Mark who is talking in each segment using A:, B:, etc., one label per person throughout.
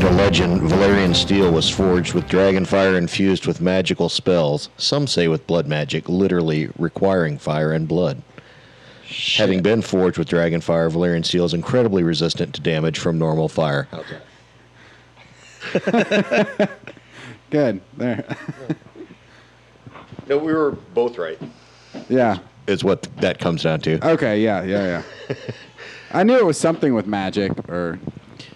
A: the legend, Valerian steel was forged with dragon fire infused with magical spells. Some say with blood magic, literally requiring fire and blood. Having been forged with dragon fire, Valerian steel is incredibly resistant to damage from normal fire. How's that?
B: Good. There.
A: No, we were both right.
B: yeah.
A: Is what that comes down to.
B: Okay. Yeah. Yeah. Yeah. I knew it was something with magic or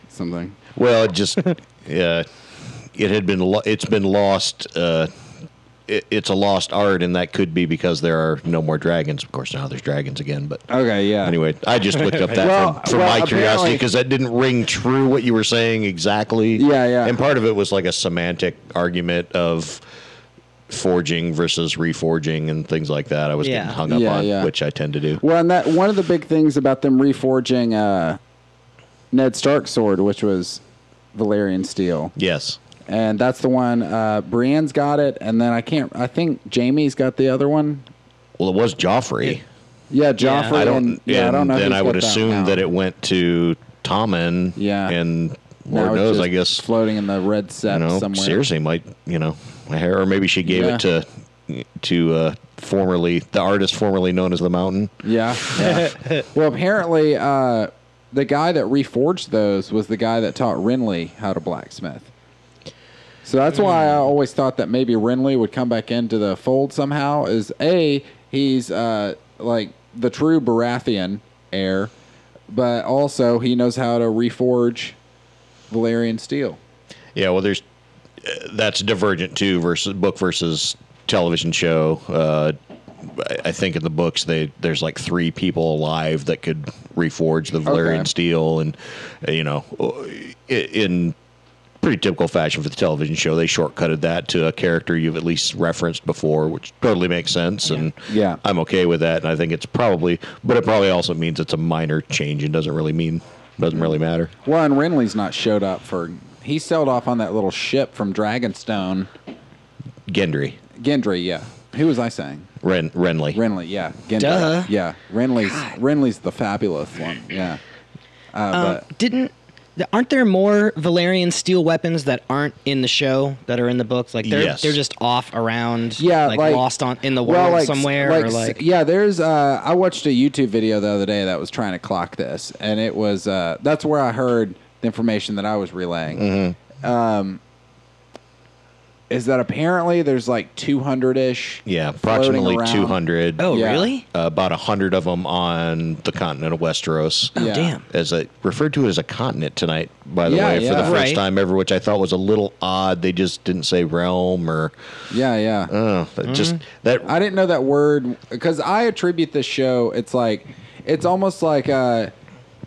B: something.
A: Well, it just uh, it had been lo- it's been lost. Uh, it, it's a lost art, and that could be because there are no more dragons. Of course, now there's dragons again. But
B: Okay. Yeah.
A: anyway, I just looked up that
B: Well,
A: for, for
B: well,
A: my curiosity
B: apparently-
A: because that didn't ring true what you were saying exactly.
B: Yeah, yeah.
A: And part of it was like a semantic argument of forging versus reforging and things like that. I was
C: Yeah.
A: getting hung up
B: Yeah,
A: on,
B: yeah.
A: which I tend to do.
B: Well, and that one of the big things about them reforging uh, Ned Stark's sword, which was Valerian steel,
A: Yes.
B: and that's the one uh, Brienne's got it, and then I can't. I think Jamie's got the other one.
A: Well, it was Joffrey.
B: Yeah, Joffrey.
A: I don't.
B: And, yeah, I don't
A: and
B: know.
A: Then
B: who's
A: I would
B: got
A: assume
B: now.
A: that it went to Tommen.
B: Yeah.
A: And
B: Now
A: Lord
B: it's
A: knows,
B: just
A: I guess.
B: floating in the red
A: you
B: set
A: know,
B: somewhere.
A: seriously, might you know, her or maybe she gave
B: Yeah.
A: it to to uh, formerly the artist formerly known as the Mountain.
B: Yeah. yeah. well, apparently, uh, the guy that reforged those was the guy that taught Renly how to blacksmith. So that's why I always thought that maybe Renly would come back into the fold somehow. Is a he's uh, like the true Baratheon heir, but also he knows how to reforge Valerian steel.
A: Yeah, well, there's uh, that's Divergent too versus book versus television show. Uh, I- I think in the books they there's like three people alive that could reforge the Valerian
B: Okay.
A: steel, and uh, you know, i- in pretty typical fashion for the television show, they shortcutted that to a character you've at least referenced before, which totally makes sense, and
B: Yeah.
A: I'm okay with that, and I think it's probably, but it probably also means it's a minor change and doesn't really mean doesn't really matter.
B: Well, and Renly's not showed up for. He sailed off on that little ship from Dragonstone.
A: Gendry,
B: Gendry, yeah. Who was I saying?
A: Ren, Renly,
B: Renly, yeah. Gendry.
C: Duh.
B: Yeah. Renly's Renly's the fabulous one. Yeah. Uh,
C: Um, didn't th- aren't there more Valerian steel weapons that aren't in the show that are in the books? Like they're
A: Yes.
C: they're just off around,
B: but yeah,
C: like,
B: like,
C: lost on in the world
B: well, like,
C: somewhere,
B: like,
C: or like
B: yeah, there's. Uh, I watched a YouTube video the other day that was trying to clock this, and it was. Uh, that's where I heard the information that I was relaying. Um,
C: Mm-hmm.
B: is that apparently there's like 200 ish?
A: Yeah, approximately 200.
C: oh
B: yeah.
C: really?
A: Uh, about 100 of them on the continent of Westeros.
C: Oh,
B: Yeah.
C: damn.
A: As a, referred to it as a continent tonight, by the
B: Yeah,
A: way, for
B: yeah.
A: the first
C: Right.
A: time ever, which I thought was a little odd. They just didn't say realm or
B: Yeah, yeah.
A: uh,
C: Mm-hmm.
A: that just that.
B: I didn't know that word because I attribute this show. It's like, it's almost like uh,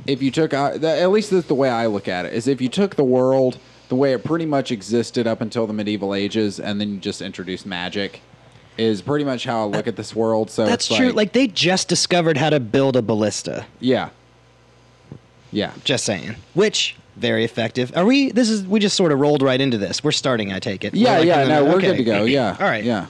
B: if you took uh, the, at least that's the way I look at it is if you took the world the way it pretty much existed up until the medieval ages and then you just introduced magic is pretty much how I look at this world. So
C: That's
B: it's
C: true.
B: Like,
C: Like they just discovered how to build a ballista.
B: yeah, yeah,
C: Just saying. Which very effective. Are we? This is we just sort of rolled right into this. We're starting. I take it. We're
B: yeah,
C: like
B: yeah.
C: in the-
B: No, we're
C: okay.
B: good to go. Yeah.
C: All right.
B: Yeah.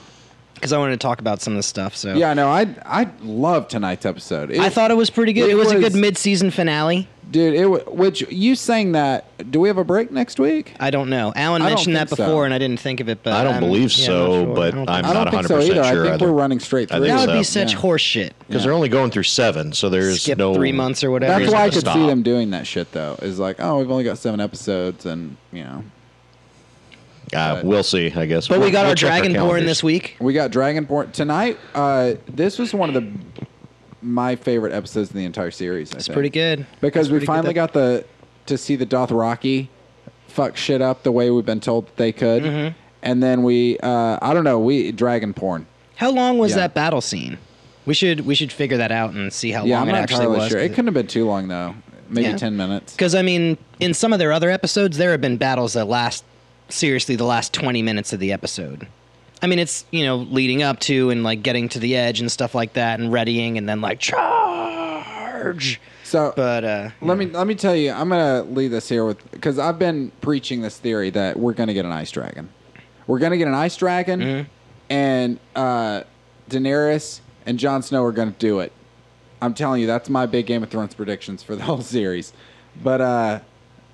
C: Because I wanted to talk about some of this stuff. So
B: Yeah. No, I I love tonight's episode. It-
C: I thought it was pretty good.
B: It
C: It was, a
B: was-
C: good mid-season finale.
B: dude, it wa- which you saying that? Do we have a break next week?
C: I don't know. Alan
B: I don't
C: mentioned that
B: think so.
C: before, and I didn't think of it. But
A: I don't
C: I'm-
A: believe
C: yeah, I'm
A: so,
C: not sure.
A: but
C: I don't
A: I'm
B: I don't
A: not
B: think so
A: 100%
B: either.
A: sure
B: I think
A: either.
B: we're running straight
A: I
B: through.
A: think
C: That would
A: so.
C: be such
B: Yeah.
C: horse shit.
A: Because they're only going through seven, so there's
C: Skip
A: no
C: three months or whatever.
B: That's
A: reason
B: why I
A: to
B: could
A: stop.
B: see them doing that shit though. Is like, oh, we've only got seven episodes, and you know,
A: Uh, we'll see, I guess.
C: But we
A: We'll-
C: got
A: we'll
C: our
A: check
C: Dragonborn
A: calendars.
C: this week.
B: we got Dragonborn tonight. Uh, this was one of the my favorite episodes in the entire series. I
C: It's
B: think.
C: pretty good.
B: because
C: It's
B: we
C: pretty good
B: finally
C: that-
B: got the to see the Dothraki fuck shit up the way we've been told that they could,
C: Mm-hmm.
B: and then we, uh, I don't know, we Dragon porn.
C: How long was
B: Yeah.
C: that battle scene? We should we should figure that out and see how
B: Yeah, I'm
C: long it
B: not
C: actually
B: entirely
C: was.
B: sure. It couldn't have been too long though. Maybe
C: Yeah.
B: ten minutes.
C: Because I mean, in some of their other episodes, there have been battles that last seriously the last twenty minutes of the episode. I mean, it's you know leading up to and like getting to the edge and stuff like that, and readying, and then like charge.
B: So,
C: But uh,
B: Let me let me tell you. I'm gonna leave this here with because I've been preaching this theory that we're gonna get an ice dragon. We're gonna get an ice dragon, and uh, Daenerys and Jon Snow are gonna do it. I'm telling you, that's my big Game of Thrones predictions for the whole series. But uh,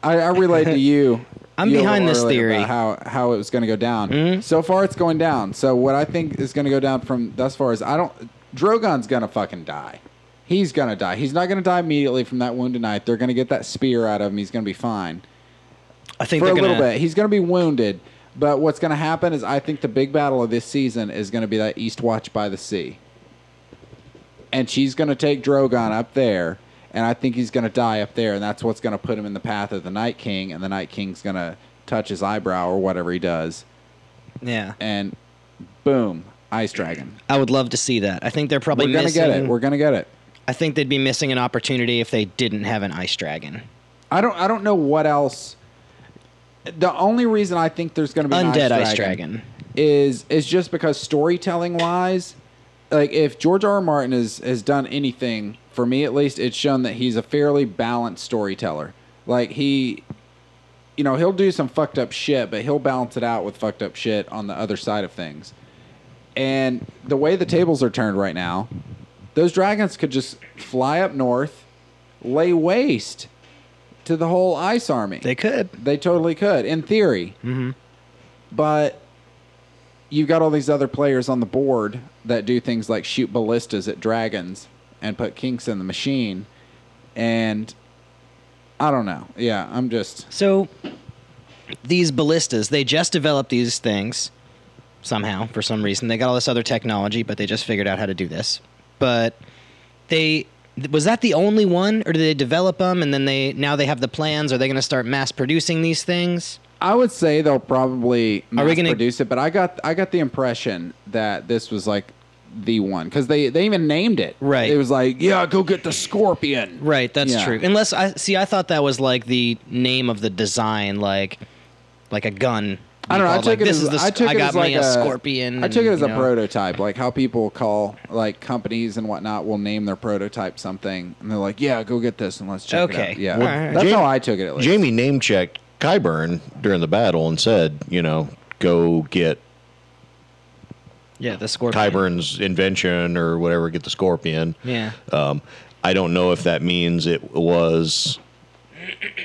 B: I, I relayed to you
C: I'm
B: you a
C: behind
B: little
C: this
B: earlier
C: theory. Mm-hmm.
B: about how how it was going to go down. So far, it's going down. So what I think is going to go down from thus far is I don't. Drogon's going to fucking die. He's going to die. He's not going to die immediately from that wound tonight. They're going to get that spear out of him. He's going to be fine
C: I think
B: for a
C: they're gonna,
B: little bit. He's going to be wounded. But what's going to happen is I think the big battle of this season is going to be that East Watch by the Sea. And she's going to take Drogon up there. And I think he's going to die up there. And that's what's going to put him in the path of the Night King. And the Night King's going to touch his eyebrow or whatever he does.
C: Yeah,
B: And boom, Ice Dragon.
C: I would love to see that. I think they're probably
B: We're going to
C: missing.
B: get it. We're going to get it.
C: I think they'd be missing an opportunity if they didn't have an ice dragon.
B: I don't, I don't know what else. The only reason I think there's going to be an
C: Undead
B: Ice
C: ice
B: dragon
C: dragon.
B: is is just because storytelling wise, like if George R. R. Martin has has done anything for me at least, it's shown that he's a fairly balanced storyteller. Like he, you know, he'll do some fucked up shit, but he'll balance it out with fucked up shit on the other side of things. And the way the tables are turned right now, those dragons could just fly up north, lay waste to the whole ice army.
C: They could.
B: They totally could, in theory. Mm-hmm. But you've got all these other players on the board that do things like shoot ballistas at dragons and put kinks in the machine. And I don't know. Yeah, I'm just.
C: So these ballistas, they just developed these things somehow for some reason. They got all this other technology, but they just figured out how to do this. But they was that the only one or did they develop them and then they now they have the plans are they going to start mass producing these things?
B: I would say they'll probably
C: Are
B: mass
C: we gonna-
B: produce it, but I got I got the impression that this was like the one because they they even named it.
C: Right.
B: It was like, yeah, go get the scorpion.
C: Right, that's
B: Yeah.
C: true. Unless I see I thought that was like the name of the design like like a gun.
B: I don't know. I took
C: like,
B: it
C: this
B: as
C: is the
B: I
C: sc-
B: took it
C: got
B: as like
C: me a, scorpion.
B: I took it
C: and,
B: as
C: you
B: a
C: know.
B: prototype, like how people call like companies and whatnot will name their prototype something, and they're like, "Yeah, go get this and let's check it
C: Okay.
B: out." Yeah,
C: Well, Alright.
B: that's
A: Jamie-
B: how I took it at least.
A: Jamie name checked Kyburn during the battle and said, you know, go get
C: Yeah, the scorpion.
A: Kyburn's invention or whatever, get the scorpion.
C: Yeah.
A: Um, I don't know if that means it was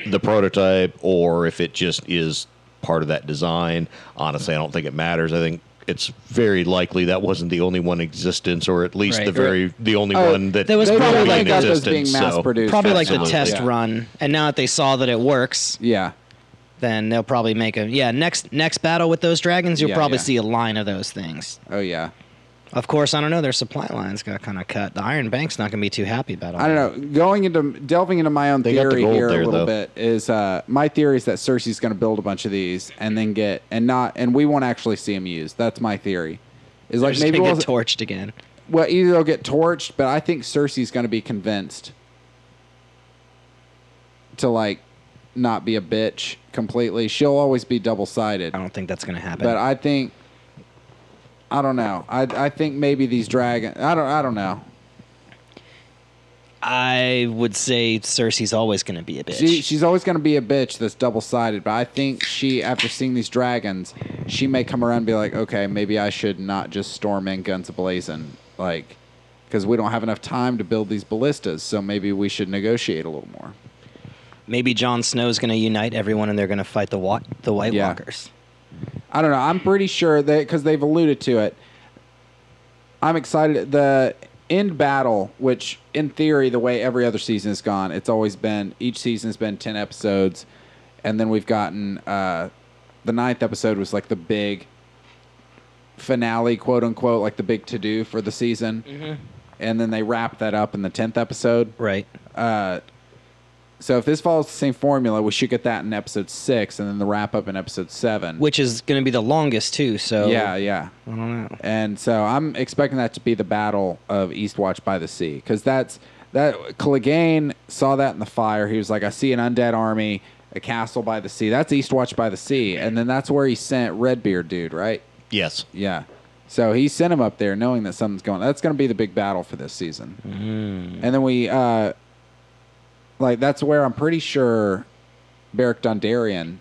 A: the prototype or if it just is part of that design. Honestly, I don't think it matters. I think it's very likely that wasn't the only one in existence, or at least
C: Right.
A: the very the only
B: Oh,
A: one that
C: there was
A: will
B: They
A: be
B: probably
A: in
B: like got those being
A: existence, so-
B: mass produced,
C: probably like the
A: Absolutely.
C: test
B: Yeah.
C: run and now that they saw that it works
B: Yeah,
C: then they'll probably make a yeah next next battle with those dragons you'll
B: Yeah,
C: probably
B: yeah.
C: see a line of those things
B: oh yeah.
C: of course i don't know their supply lines got kind of cut the iron bank's not going to be too happy about all
B: I don't know. Going into delving into my own
A: got the
B: theory
A: gold
B: here
A: there,
B: a
A: though.
B: little bit is uh, my theory is that Cersei's going to build a bunch of these and then get and not and we won't actually see them used. That's my theory. Is
C: They're
B: like
C: just
B: maybe
C: gonna
B: we'll,
C: get torched again
B: well either they'll get torched, but I think Cersei's going to be convinced to like not be a bitch completely. She'll always be double sided.
C: i don't think that's going to happen
B: But I think I don't know. I I think maybe these dragon. I don't I don't know.
C: I would say cersei's always going to be a bitch
B: She, she's always going to be a bitch that's double sided, but I think she, after seeing these dragons, she may come around and be like, okay, maybe I should not just storm in guns blazing. Like, because we don't have enough time to build these ballistas, so maybe we should negotiate a little more.
C: maybe jon snow's going to unite everyone and they're going to fight the wa- the white
B: Yeah.
C: walkers
B: I don't know. I'm pretty sure that because they've alluded to it. I'm excited. The end battle, which in theory, the way every other season has gone, it's always been each season's been ten episodes, and then we've gotten uh, the ninth episode was like the big finale, quote unquote, like the big to do for the season, and then they wrap that up in the tenth episode.
C: right
B: So if this follows the same formula, we should get that in episode six, and then the wrap up in episode seven.
C: which is going to be the longest too so
B: Yeah, yeah. I don't know. And so I'm expecting that to be the battle of Eastwatch by the Sea because that's that. Clegane saw that in the fire. He was like, "I see an undead army, a castle by the sea. That's Eastwatch by the Sea." And then that's where he sent Redbeard, dude. Right?
A: Yes.
B: Yeah. So he sent him up there, knowing that something's going. That's going to be the big battle for this season. And then we, uh, like, that's where I'm pretty sure Beric Dondarrion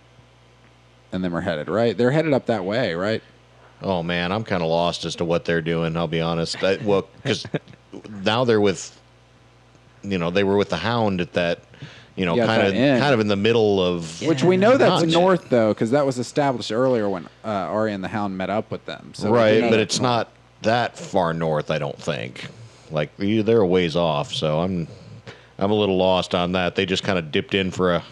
B: and them are headed. Right? They're headed up that way. Right?
A: Oh man, I'm kind of lost as to what they're doing. I'll be honest. I, well, because now they're with, you know, they were with the Hound at that you know,
B: Yeah, it's
A: kind of
B: that end.
A: kind of in the middle of
B: Which we know that's
A: Gotcha.
B: north though, because that was established earlier when uh, Arya and the Hound met up with them. So
A: right,
B: they-
A: but it's not that far north, I don't think. Like you- they're a ways off, so I'm I'm a little lost on that. They just kind of dipped in for a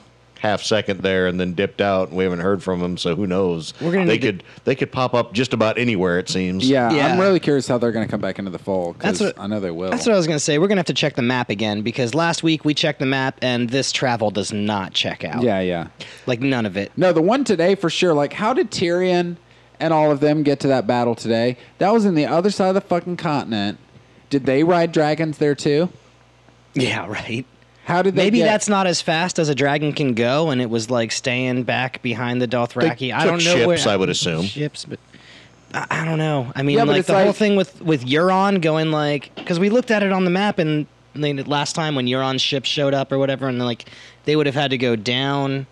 A: half second there and then dipped out, and we haven't heard from them, so who knows?
C: We're gonna
A: they
C: need to-
A: could they could pop up just about anywhere it seems.
B: Yeah, I'm
C: Yeah.
B: really curious how they're going to come back into the fold. Cause
C: That's what-
B: I know they will.
C: That's what I was going to say. We're going to have to check the map again because last week we checked the map and this travel does not check out.
B: yeah, yeah.
C: Like none of it.
B: No, the one today for sure. Like, how did Tyrion and all of them get to that battle today? That was in the other side of the fucking continent. Did they ride dragons there too?
C: Yeah, right.
B: How did they?
C: Maybe
B: get-
C: that's not as fast as a dragon can go, and it was like staying back behind the
A: They
C: Dothraki. I
A: took
C: don't know
A: ships,
C: where
A: I would assume.
C: ships, but I, I don't know. I mean,
B: Yeah, but
C: like
B: it's
C: the whole
B: like-
C: thing with with Euron going like because we looked at it on the map and I mean, last time when Euron's ship showed up or whatever, and like they would have had to go down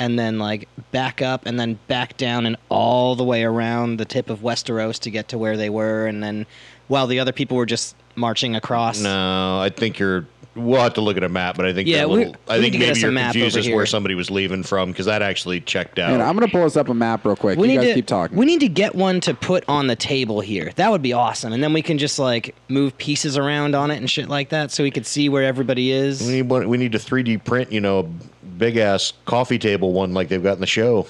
C: and then like back up and then back down and all the way around the tip of Westeros to get to where they were, and then while the other people were just marching across.
A: No, I think you're. We'll have to look at a map, but I think
C: Yeah,
A: yeah,
C: we-
A: little, I
C: we
A: think
C: need to get
A: maybe
C: us a
A: you're
C: map
A: confused
C: over
A: as where
C: here.
A: somebody was leaving from because that actually checked out.
B: Man, I'm gonna pull us up a map real quick.
C: We
B: you
C: need
B: guys
C: to
B: keep talking.
C: We need to get one to put on the table here. That would be awesome, and then we can just like move pieces around on it and shit like that, so we could see where everybody is.
A: we need one, we need to 3D print, you know, big ass coffee table one like they've got in the show.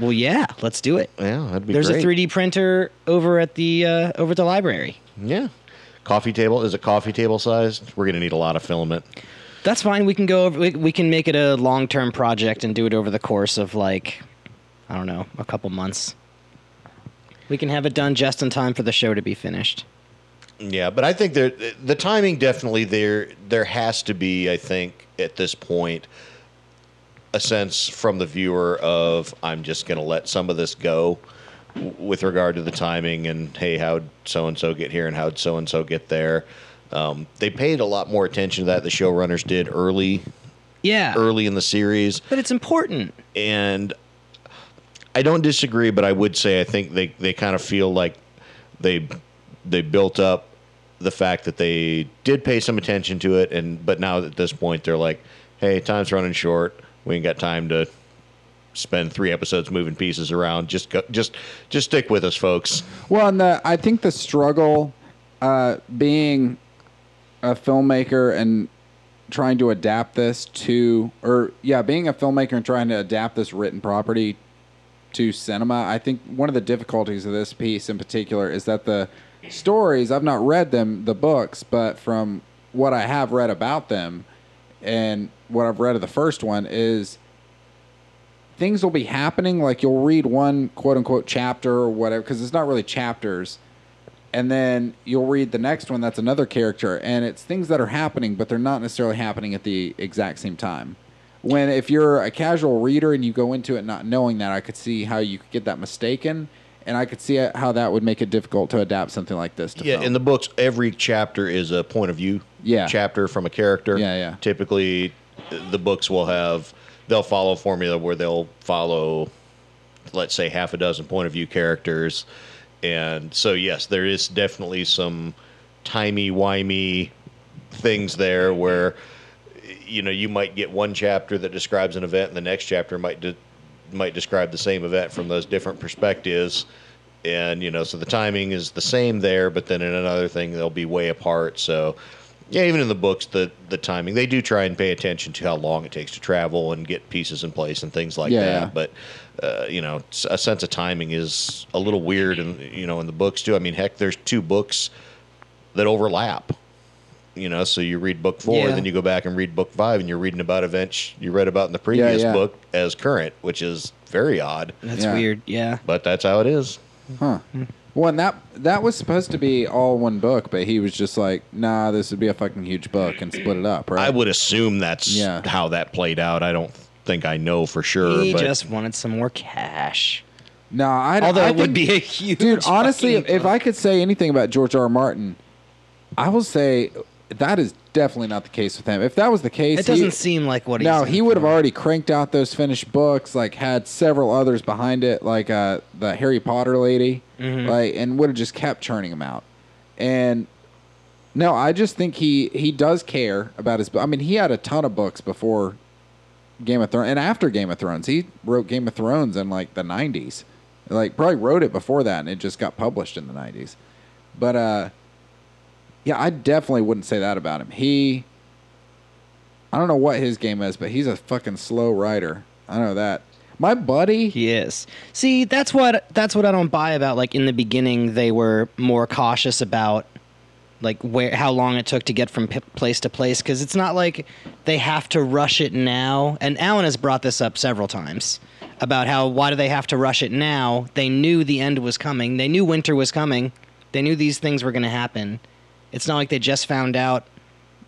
C: Well, yeah, let's do it.
A: Yeah, that'd be
C: There's
A: great.
C: a 3D printer over at the uh, over at the library.
A: Yeah, coffee table is it coffee table sized? We're gonna need a lot of filament.
C: That's fine. We can go over. We, we can make it a long term project and do it over the course of like, I don't know, a couple months. We can have it done just in time for the show to be finished.
A: Yeah, but I think there the timing definitely there there has to be I think at this point a sense from the viewer of I'm just going to let some of this go w- with regard to the timing and hey how'd so and so get here and how'd so and so get there. Um, they paid a lot more attention to that the showrunners did early
C: Yeah,
A: early in the series
C: but it's important.
A: and I don't disagree, but I would say I think they, they kind of feel like they they built up the fact that they did pay some attention to it, and but now at this point they're like, hey, time's running short. We ain't got time to spend three episodes moving pieces around. Just go, just just stick with us, folks.
B: Well, and the, I think the struggle uh, being a filmmaker and trying to adapt this to, or yeah, being a filmmaker and trying to adapt this written property to cinema, I think one of the difficulties of this piece in particular is that the stories, I've not read them, the books, but from what I have read about them and what I've read of the first one is things will be happening. Like you'll read one quote unquote chapter or whatever, because it's not really chapters. And then you'll read the next one that's another character. And it's things that are happening, but they're not necessarily happening at the exact same time. When if you're a casual reader and you go into it not knowing that, I could see how you could get that mistaken. And I could see how that would make it difficult to adapt something like this to
A: Yeah,
B: film.
A: in the books, every chapter is a point of view.
B: Yeah.
A: chapter from a character.
B: Yeah, yeah.
A: Typically, the books will have they'll follow a formula where they'll follow, let's say, half a dozen point of view characters, and so yes, there is definitely some timey wimey things there where you know you might get one chapter that describes an event and the next chapter might de- might describe the same event from those different perspectives and you know so the timing is the same there but then in another thing they'll be way apart so yeah even in the books the the timing they do try and pay attention to how long it takes to travel and get pieces in place and things like
B: Yeah,
A: that
B: yeah.
A: but uh, you know s- a sense of timing is a little weird and you know in the books too i mean heck there's two books that overlap you know so you read book four
C: Yeah.
A: then you go back and read book five and you're reading about events you read about in the previous
B: yeah.
A: book as current which is very odd
C: That's
B: Yeah.
C: weird. Yeah.
A: but that's how it is
B: Huh. Well, and that that was supposed to be all one book, but he was just like, "Nah, this would be a fucking huge book and split it up." Right?
A: i would assume that's
B: Yeah.
A: how that played out i don't think i know for sure
C: He
A: but
C: just wanted some more cash.
B: No, I.
C: Although
B: I
C: it would
B: think-
C: be a huge.
B: dude. Honestly, if,
C: fucking-
B: if I could say anything about George R. R. Martin, I will say that is definitely not the case with him. If that was the case,
C: it doesn't
B: he-
C: seem like what he's.
B: No,
C: in
B: he would have
C: for.
B: already cranked out those finished books, like had several others behind it, like uh, the
C: Mm-hmm.
B: Harry Potter lady, like, and would have just kept churning them out. And No, I just think he he does care about his. I mean, he had a ton of books before Game of Thrones and after Game of Thrones. He wrote Game of Thrones in like the '90s, like probably wrote it before that, and it just got published in the '90s. But uh, yeah, I definitely wouldn't say that about him. He, I don't know what his game is, but he's a fucking slow writer. I know that. My buddy,
C: He is. See, that's what that's what I don't buy about. Like in the beginning, they were more cautious about like where how long it took to get from p- place to place because it's not like they have to rush it now. And Alan has brought this up several times about how why do they have to rush it now? They knew the end was coming. They knew winter was coming. They knew these things were going to happen. It's not like they just found out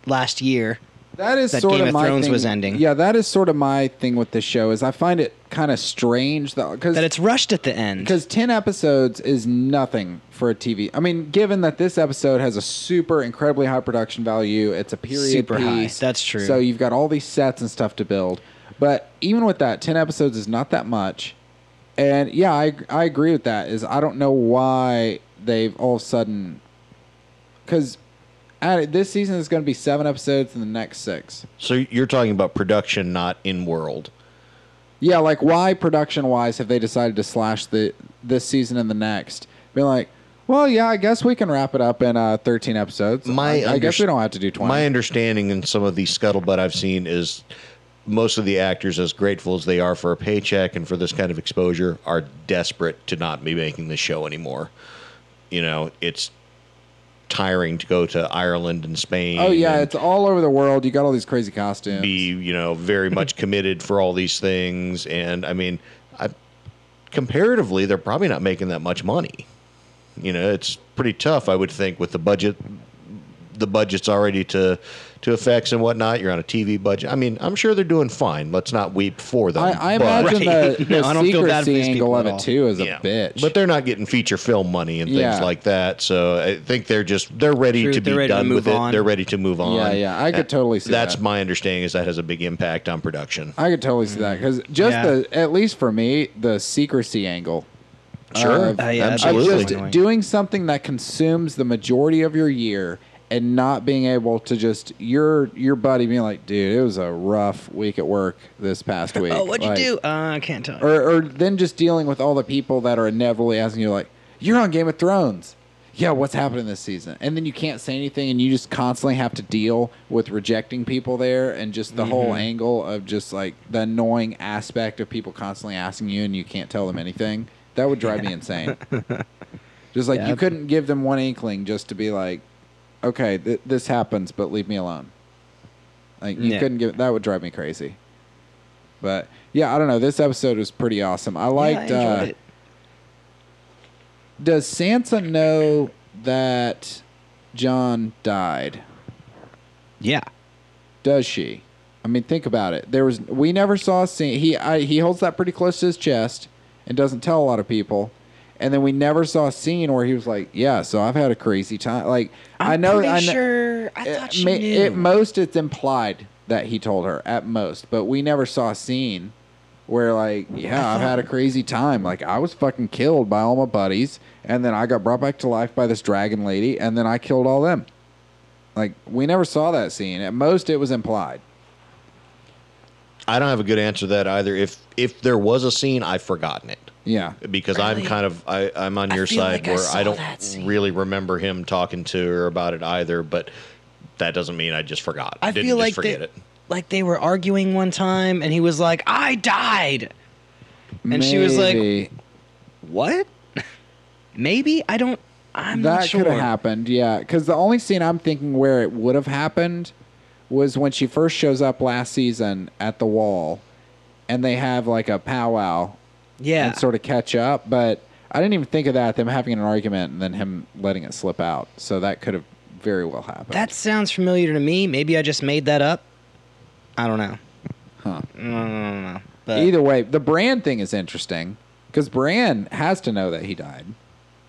C: last year.
B: That is
C: that
B: sort
C: Game
B: of
C: of
B: my
C: Thrones
B: thing.
C: was ending.
B: Yeah, that is sort of my thing with this show is I find it kind of strange
C: That
B: because
C: it's rushed at the end.
B: because ten episodes is nothing for a TV. I mean, given that this episode has a super incredibly high production value, it's a period
C: Super high.
B: piece,
C: That's true.
B: So you've got all these sets and stuff to build, but even with that, ten episodes is not that much. And yeah, I I agree with that. Is I don't know why they've all of a sudden because this season is going to be seven episodes and the next six.
A: So you're talking about production, not in world.
B: Yeah, like why production wise have they decided to slash the this season and the next? Being like, well, yeah, I guess we can wrap it up in uh, thirteen episodes.
A: My
B: I, I guess
A: underst-
B: we don't have to do twenty.
A: My understanding in some of the scuttlebutt I've seen is most of the actors, as grateful as they are for a paycheck and for this kind of exposure, are desperate to not be making the show anymore. You know, it's tiring to go to Ireland and Spain.
B: oh yeah,
A: and
B: it's all over the world. You got all these crazy costumes.
A: be you know very much committed for all these things. And I mean, I, comparatively, they're probably not making that much money. You know, it's pretty tough, I would think, with the budget the budget's already to to effects and whatnot. You're on a TV budget. I mean, I'm sure they're doing fine. Let's not weep for them.
B: I, I
A: but-
B: imagine
C: Right.
B: the, the
C: No, I don't feel bad for
B: secrecy
C: these people
B: angle of
C: at
B: it
C: all.
B: too is a
A: Yeah.
B: bitch.
A: But they're not getting feature film money and things
B: Yeah.
A: like that. So I think they're just they're ready
C: True,
A: to be
C: they're ready to
A: done
C: move
A: with
C: on.
A: it. They're ready to move on.
B: yeah, yeah, I could totally see
A: That's
B: that.
A: my understanding is that has a big impact on production.
B: I could totally see that because just
C: Mm. Yeah.
B: the at least for me the secrecy angle.
A: Sure.
B: of-
C: Uh, yeah,
B: of
A: absolutely.
B: just doing something that consumes the majority of your year and not being able to just your your buddy being like, dude, it was a rough week at work this past week.
C: oh, what'd you
B: Like,
C: do? Uh, I can't tell. you.
B: Or or then just dealing with all the people that are inevitably asking you like, you're on Game of Thrones. Yeah, what's happening this season? And then you can't say anything, and you just constantly have to deal with rejecting people there, and just the whole angle of just like the annoying aspect of people constantly asking you, and you can't tell them anything. That would drive me insane. Just like
C: Yeah.
B: you couldn't give them one inkling just to be like, okay, th- this happens, but leave me alone. Like you
C: Yeah.
B: couldn't give that would drive me crazy. But yeah, I don't know. This episode was pretty awesome. I
C: Yeah, I
B: liked.
C: enjoyed
B: uh,
C: it.
B: Does Sansa know that John died?
C: Yeah.
B: Does she? I mean, think about it. There was we never saw a scene. He I, he holds that pretty close to his chest and doesn't tell a lot of people. And then we never saw a scene where he was like, "Yeah, so I've had a crazy time." Like
C: I'm
B: I know,
C: Pretty
B: I know
C: sure. I thought she
B: ma-
C: knew.
B: at most it's implied that he told her at most, but we never saw a scene where like, yeah, I've had a crazy time. Like I was fucking killed by all my buddies, and then I got brought back to life by this dragon lady, and then I killed all them. Like we never saw that scene. At most it was implied.
A: I don't have a good answer to that either. If if there was a scene, I've forgotten it
B: Yeah.
A: because I'm
C: Really?
A: kind of I, I'm on
C: I
A: your
C: feel
A: side
C: like I
A: where
C: saw
A: I, don't
C: that scene.
A: really remember him talking to her about it either. But that doesn't mean I just forgot.
C: I
A: Didn't
C: feel
A: just
C: like
A: forget
C: they,
A: it.
C: like they were arguing one time, and he was like, "I died." And she was like,
B: Maybe.
C: What? Maybe I don't. I'm
B: that
C: not sure.
B: could have happened, yeah. Because the only scene I'm thinking where it would have happened was when she first shows up last season at the wall, and they have like a powwow
C: Yeah.
B: and sort of catch up. But I didn't even think of that them having an argument and then him letting it slip out. So that could have very well happened.
C: that sounds familiar to me. Maybe I just made that up. I don't know.
B: Huh.
C: No, no, no, no. But
B: either way. The Bran thing is interesting because Bran has to know that he died.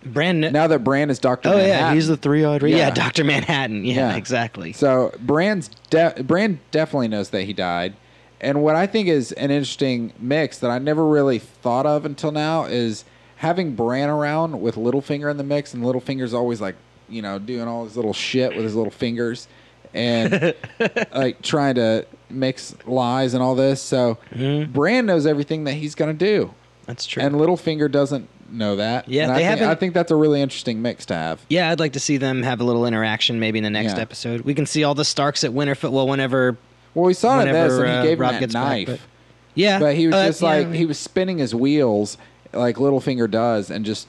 C: Brand new.
B: Now that Bran is Doctor.
C: oh yeah, he's the three eyed. Yeah,
B: Yeah.
C: Doctor Manhattan. Yeah,
B: Yeah.
C: exactly.
B: So Brand's de- Brand definitely knows that he died. And what I think is an interesting mix that I never really thought of until now is having Bran around with Littlefinger in the mix, and Littlefinger's always like you know, doing all his little shit with his little fingers and like trying to mix lies and all this. So Bran knows everything that he's going to do.
C: That's Mm-hmm. true.
B: And Littlefinger doesn't know that.
C: Yeah,
B: and I
C: they
B: think,
C: haven't-
B: I think that's a really interesting mix to have.
C: yeah, I'd like to see them have a little interaction maybe in the next
B: Yeah.
C: episode. We can see all the Starks at Winterfell. Well, whenever.
B: Well, we saw it at this,
C: Whenever,
B: and
C: uh,
B: he gave
C: Rob
B: him that
C: gets
B: knife.
C: back, Yeah.
B: But he was
C: uh,
B: just
C: yeah,
B: like he was spinning his wheels like Littlefinger does and just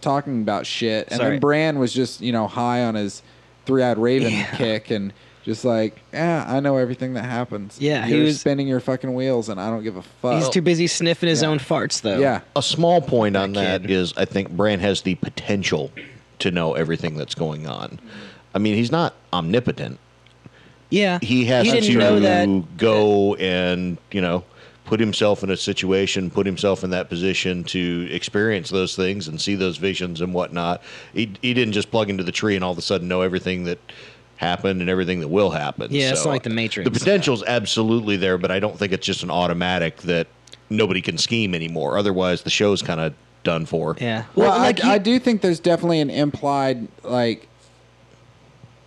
B: talking about shit. And
C: Sorry.
B: then Bran was just, you know, high on his three eyed raven
C: Yeah.
B: kick and just like, Yeah, I know everything that happens.
C: Yeah, he
B: You're
C: was-
B: spinning your fucking wheels and I don't give a fuck.
C: He's too busy sniffing his
B: uh, Yeah.
C: own farts, though.
B: yeah.
A: A small point on
C: That
A: that
C: kid.
A: is I think Bran has the potential to know everything that's going on. I mean, he's not omnipotent.
C: Yeah.
A: He has
C: didn't
A: to
C: know that.
A: go and, you know, put himself in a situation, put himself in that position to experience those things and see those visions and whatnot. He, he didn't just plug into the tree and all of a sudden know everything that happened and everything that will happen.
C: Yeah, it's not like The Matrix.
A: The potential's absolutely there, but I don't think it's just an automatic that nobody can scheme anymore. Otherwise, the show's kind of done for.
C: Yeah.
B: Well,
C: like
B: I,
C: he-
B: I do think there's definitely an implied like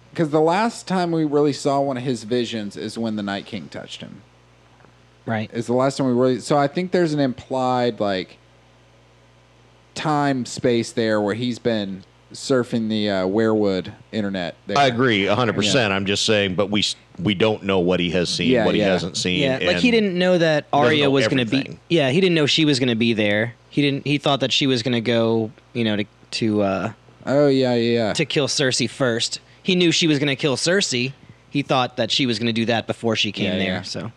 B: because the last time we really saw one of his visions is when the Night King touched him.
C: Right.
B: is the last time we really so i think there's an implied like time space there where he's been surfing the uh, werewood internet there.
A: I agree 100%. I'm just saying, but we s- we don't know what he has seen,
B: Yeah,
A: what he
B: yeah.
A: hasn't seen.
C: Yeah, like
A: and-
C: he didn't know that Arya
A: know
C: was going to be.
A: everything.
C: Yeah, he didn't know she was going to be there. He didn't. He thought that she was going to go, you know, to to uh,
B: oh yeah yeah yeah
C: to kill Cersei first. He knew she was going to kill Cersei. He thought that she was going to do that before she came
B: Yeah,
C: there.
B: yeah.
C: So,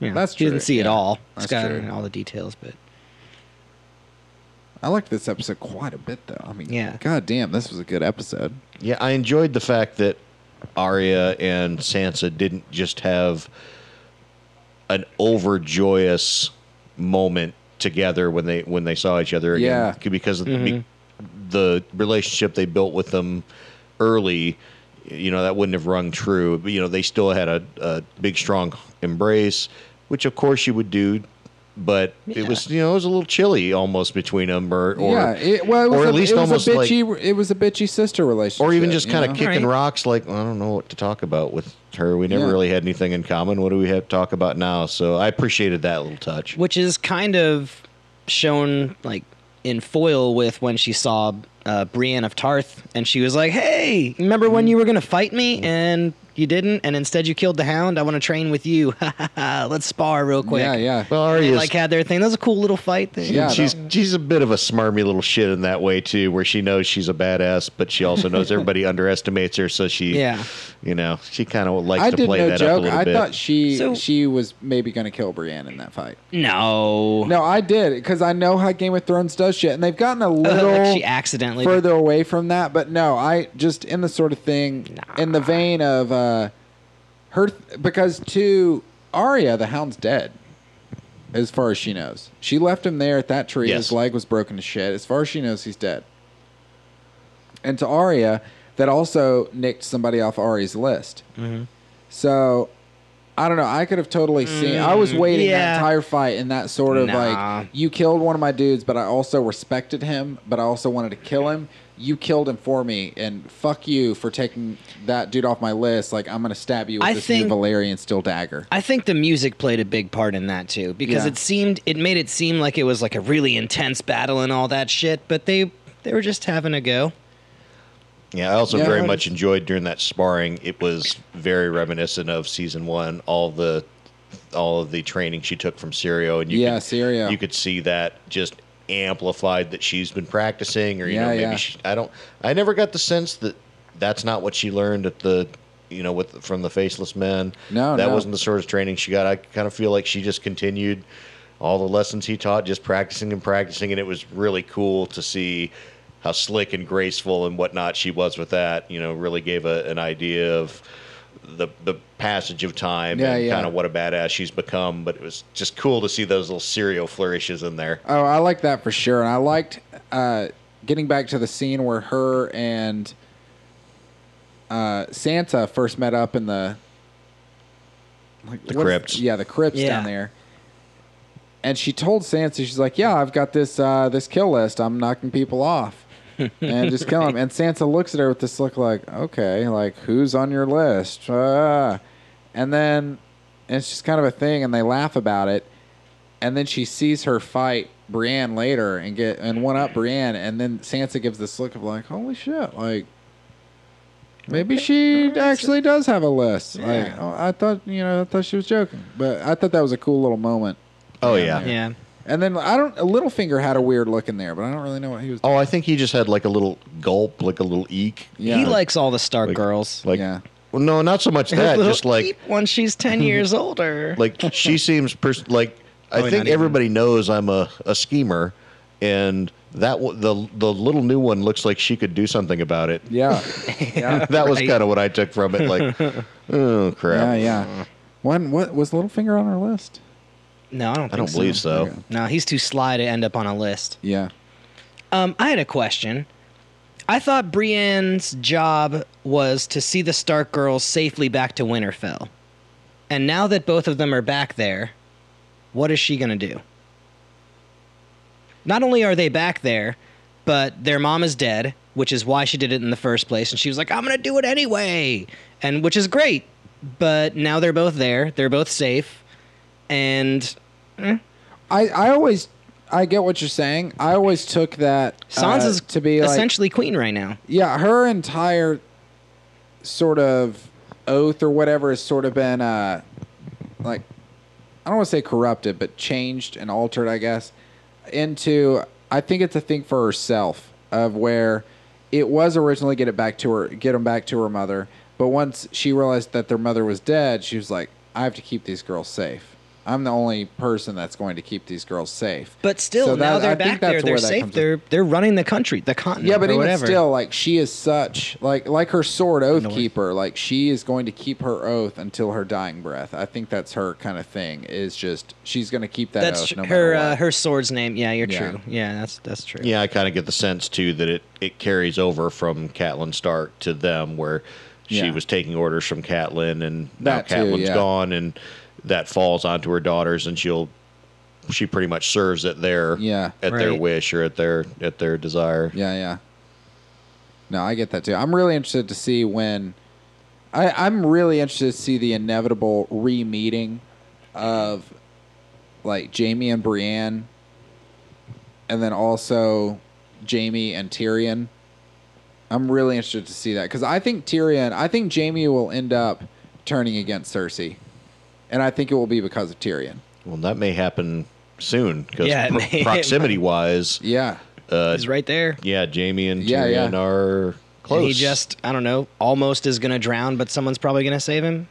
C: yeah,
B: That's
C: He
B: true,
C: didn't see it
B: yeah.
C: all.
B: That's
C: It's got
B: true.
C: all the details, but
B: i liked this episode quite a bit though i mean
C: Yeah.
B: god damn this was a good episode
A: Yeah, I enjoyed the fact that Arya and Sansa didn't just have an overjoyous moment together when they when they saw each other again.
B: Yeah. Mm-hmm.
A: because of the, the relationship they built with them early, you know that wouldn't have rung true. But, you know they still had a, a big strong embrace, which of course you would do. But it
C: Yeah.
A: was you know it was a little chilly almost between them, or, or
B: yeah it, well it was,
A: or
B: a,
A: at least
B: it was
A: almost
B: a
A: like-
B: bitchy it was a bitchy sister relationship
A: or even just
B: you
A: kind
B: know?
A: of kicking
C: Right.
A: rocks like i don't know what to talk about with her we never
B: Yeah.
A: really had anything in common what do we have to talk about now so i appreciated that little touch
C: which is kind of shown like in foil with when she saw uh, Brienne of Tarth, and she was like, "Hey, remember
B: Mm-hmm.
C: when you were gonna fight me and you didn't, and instead you killed the Hound? I want to train with you. Let's spar real quick."
B: yeah yeah
A: well
C: They,
A: Arya's,
C: like had their thing. That was a cool little fight thing.
B: Yeah.
A: she's she's a bit of a smarmy little shit in that way too where she knows she's a badass but she also knows everybody underestimates her so she
C: Yeah.
A: you know she kind of likes
B: i
A: to
B: did
A: play
B: no
A: that up a
B: joke
A: little
B: i
A: bit
B: thought she
C: So-
B: she was maybe gonna kill brienne in that fight
C: No.
B: no i did because i know how game of thrones does shit and they've gotten a little
C: Like she accidentally.
B: further away from that. But no, I just in the sort of thing in the vein of uh, her because to Arya, the Hound's dead. As far as she knows, she left him there at that tree.
A: Yes.
B: His leg was broken to shit. As far as she knows, he's dead. And to Arya, that also nicked somebody off Arya's list.
C: Mm-hmm.
B: So, I don't know. I could have totally seen. I was waiting
C: Mm, yeah.
B: that entire fight in that sort of
C: Nah.
B: like you killed one of my dudes, but I also respected him, but I also wanted to kill him. You killed him for me, and fuck you for taking that dude off my list. Like I'm gonna stab you with
C: I
B: this
C: think-
B: new Valerian steel dagger.
C: I think the music played a big part in that too, because
B: Yeah.
C: it seemed it made it seem like it was like a really intense battle and all that shit, but they they were just having a go.
A: Yeah, I also
B: Yeah,
A: very
B: I
A: much enjoyed during that sparring. It was very reminiscent of season one. All the all of the training she took from Sirio, and you
B: Yeah,
A: could,
B: Sirio.
A: You could see that just amplified that she's been practicing, or you
B: Yeah,
A: know, maybe
B: yeah.
A: she, I don't. I never got the sense that that's not what she learned at the you know with from the faceless men.
B: No,
A: that
B: no.
A: wasn't the sort of training she got. I kind of feel like she just continued all the lessons he taught, just practicing and practicing, and it was really cool to see how slick and graceful and whatnot she was with that. You know, really gave a, an idea of the the passage of time
B: Yeah,
A: and
B: yeah.
A: kind of what a badass she's become. But it was just cool to see those little serial flourishes in there.
B: Oh, I like that for sure, and I liked uh, getting back to the scene where her and uh, Santa first met up in the like,
A: The
B: what is-
A: crypts.
B: yeah, the crypts
C: Yeah.
B: down there. And she told Sansa, she's like, "Yeah, I've got this uh, this kill list. I'm knocking people off." and just kill him. And Sansa looks at her with this look like, okay, like who's on your list? Ah. and then and it's just kind of a thing, and they laugh about it. And then she sees her fight Brienne later and get and one up Brienne, and then Sansa gives this look of like, holy shit, like. Maybe she actually does have a list. Like, oh, I thought, you know, I thought she was joking, but I thought that was a cool little moment.
A: Oh yeah.
C: Yeah.
B: And then I don't. Littlefinger had a weird look in there, but I don't really know what he was.
A: Oh, I think he just had like a little gulp, like a little eek.
B: Yeah.
C: He likes all the Stark
A: Like-
C: girls.
A: Like
B: Yeah.
A: well, no, not so much that.
C: Little
A: just like
C: peep when she's ten years older.
A: like she seems pers- like I
C: Probably
A: think
C: not even.
A: everybody knows I'm a, a schemer, and that w- the the little new one looks like she could do something about it.
B: Yeah. yeah.
A: That was
C: Right.
A: kind of what I took from it. Like, oh
B: Yeah.
A: crap!
B: Yeah. One. What was Littlefinger on our list?
C: no, I don't. Think
A: I don't believe so.
B: Okay.
C: No, he's too sly to end up on a list.
B: Yeah.
C: Um, I had a question. I thought Brienne's job was to see the Stark girls safely back to Winterfell, and now that both of them are back there, what is she gonna do? Not only are they back there, but their mom is dead, which is why she did it in the first place, and she was like, "I'm gonna do it anyway," and which is great. But now they're both there; they're both safe, and
B: I. I always. I get what you're saying. I always took that uh,
C: Sansa's
B: to be like,
C: essentially queen right now.
B: yeah, her entire sort of oath or whatever has sort of been uh like I don't want to say corrupted, but changed and altered, I guess, into I think it's a thing for herself of where it was originally get it back to her, get them back to her mother, but once she realized that their mother was dead, she was like, I have to keep these girls safe. I'm the only person that's going to keep these girls safe.
C: But still,
B: So that-
C: now they're
B: I think
C: back there.
B: that's
C: They're
B: where that
C: safe.
B: comes in.
C: They're they're running the country, the continent.
B: Yeah, but
C: or
B: even
C: whatever.
B: still, like she is such like like her sword oath
C: North.
B: keeper. Like she is going to keep her oath until her dying breath. I think that's her kind of thing. Is just she's going to keep that.
C: that's
B: oath
C: tr-
B: no
C: her
B: matter
C: uh,
B: what.
C: her sword's name. Yeah, you're
B: Yeah.
C: true. Yeah, that's that's true.
A: Yeah, I kind of get the sense too that it it carries over from Catelyn Stark to them, where she
B: Yeah.
A: was taking orders from Catelyn, and now
B: That too,
A: Catelyn's
B: yeah.
A: gone, and that falls onto her daughters, and she'll she pretty much serves at their
B: Yeah.
A: at their
C: Right.
A: wish or at their at their desire.
B: Yeah, yeah. No, I get that too. I'm really interested to see when. I, I'm really interested to see the inevitable re meeting of like Jamie and Brienne, and then also Jamie and Tyrion. I'm really interested to see that because I think Tyrion, I think Jamie will end up turning against Cersei, and I think it will be because of Tyrion.
A: Well, that may happen soon because
C: Yeah, it may-
A: proximity wise,
B: Yeah,
A: uh,
C: he's right there.
A: yeah, Jamie and
B: Yeah, yeah.
A: Tyrion are close.
C: And he just I don't know, almost is gonna drown, but someone's probably gonna save him.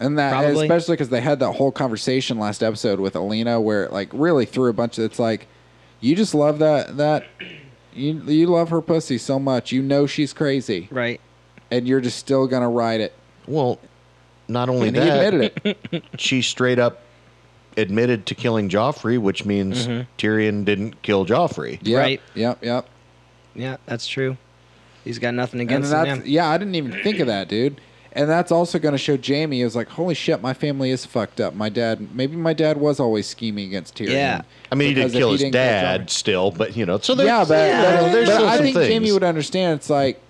B: And that, especially 'cause
C: Probably.
B: especially because they had that whole conversation last episode with Alina, where it like really threw a bunch of. It's like, you just love that that, you you love her pussy so much, you know she's crazy,
C: Right.
B: and you're just still gonna ride it.
A: well, not only
B: And he
A: that,
B: admitted it.
A: she straight up admitted to killing Joffrey, which means
C: Mm-hmm.
A: Tyrion didn't kill Joffrey.
B: Yep,
C: Right.
B: Yep. Yep.
C: Yeah, that's true. He's got nothing
B: And
C: against him.
B: that's yeah, I didn't even think of that, dude. And that's also going to show Jamie is like, holy shit, my family is fucked up. My dad, maybe my dad was always scheming against Tyrion.
C: Yeah.
A: I mean,
B: Because
A: he did
B: if
A: kill his
B: didn't Joffrey-
A: dad still, but you know, so there's,
B: yeah, but, but-
C: yeah, there's-
A: there's
B: but
A: still
B: I
A: some
B: think
A: things.
B: Jamie would understand. It's like,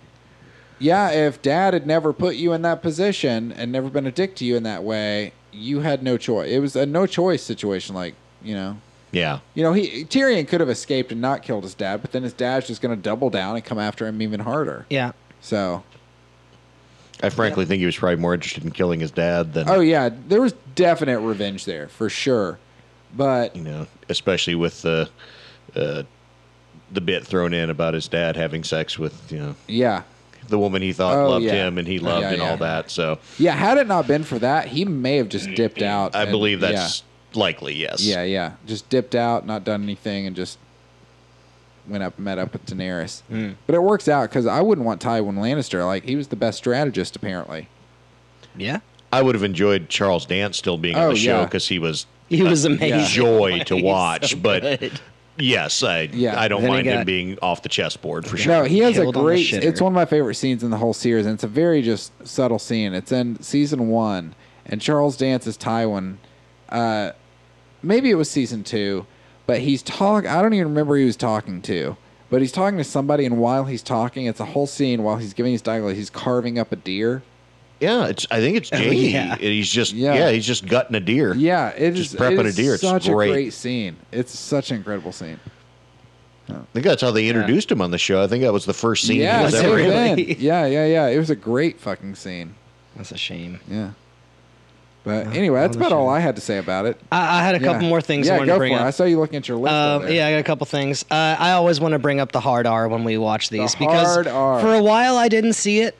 B: yeah, if Dad had never put you in that position and never been a dick to you in that way, you had no choice. It was a no choice situation. Like you know,
A: yeah,
B: you know, he Tyrion could have escaped and not killed his dad, but then his dad's just going to double down and come after him even harder.
C: yeah.
B: So,
A: I frankly think he was probably more interested in killing his dad than
B: oh yeah, there was definite revenge there for sure. But
A: you know, especially with the uh, the bit thrown in about his dad having sex with you know
B: yeah,
A: the woman he thought
B: Oh,
A: loved
B: yeah.
A: him and he loved
B: Yeah,
A: and
B: yeah.
A: all that. So
B: yeah, had it not been for that, he may have just dipped out.
A: I
B: and-
A: believe
B: yeah.
A: that's likely. Yes.
B: Yeah, yeah. Just dipped out, not done anything, and just went up, met up with Daenerys. But it works out because I wouldn't want Tywin Lannister. Like he was the best strategist, apparently.
C: Yeah.
A: I would have enjoyed Charles Dance still being on
B: Oh,
A: the show
B: yeah.
A: because he was
C: He was
A: a
C: amazing.
A: joy to
C: He's
A: watch.
C: so
A: but
C: good.
A: yes, I
B: Yeah.
A: I don't
C: Then he
A: mind him
C: got-
A: being off the chessboard for
B: No,
A: sure.
B: he has a
C: Killed on the
B: great.
C: shitter.
B: It's one of my favorite scenes in the whole series, and it's a very just subtle scene. It's in season one, and Charles Dance is Tywin. Uh, maybe it was season two, but he's talk. I don't even remember who he was talking to, But he's talking to somebody, and while he's talking, it's a whole scene while he's giving his dialogue. He's carving up a deer.
A: Yeah, it's. I think it's
C: Oh,
A: Jay.
C: yeah.
A: And he's just.
B: Yeah.
A: Yeah. he's just gutting a deer.
B: Yeah, it is
A: Just prepping
B: it
A: a
B: is
A: deer, it's
B: such
A: great.
B: a great scene. It's such an incredible scene.
A: I think that's how they introduced him on the show. I think that was the first scene.
B: yeah,
A: he was
C: was
B: so
A: ever
C: it
A: in.
B: then.
C: really?
B: yeah, yeah, yeah. It was a great fucking scene.
C: That's a shame.
B: Yeah. But anyway, that's about all I had to say about it.
C: I, I had a couple
B: Yeah.
C: more things
B: Yeah,
C: I wanted
B: go
C: to bring
B: for it.
C: up.
B: I saw you looking at your list.
C: Um,
B: over there.
C: yeah, I got a couple things. Uh, I always want to bring up the hard R when we watch these
B: The
C: because
B: hard R.
C: for a while I didn't see it,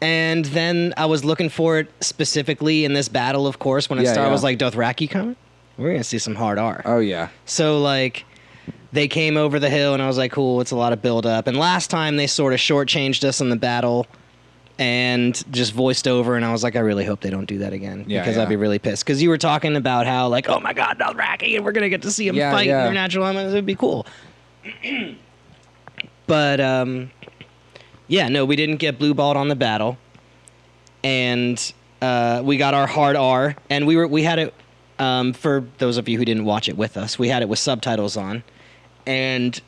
C: and then I was looking for it specifically in this battle. Of course, when it
B: Yeah,
C: started, I
B: yeah.
C: was like Dothraki coming. We're gonna see some hard R.
B: Oh yeah.
C: So like they came over the hill and I was like, cool, it's a lot of build up. And last time they sort of shortchanged us in the battle and just voiced over and I was like, I really hope they don't do that again.
B: Yeah,
C: because I'd
B: yeah.
C: be really pissed. Because you were talking about how like, oh my god, Dothraki, and we're gonna get to see him
B: Yeah,
C: fight in
B: yeah.
C: their natural elements. It'd be cool. but um yeah, no, we didn't get blue balled on the battle. And uh, we got our hard R, and we were we had it um, for those of you who didn't watch it with us. We had it with subtitles on, and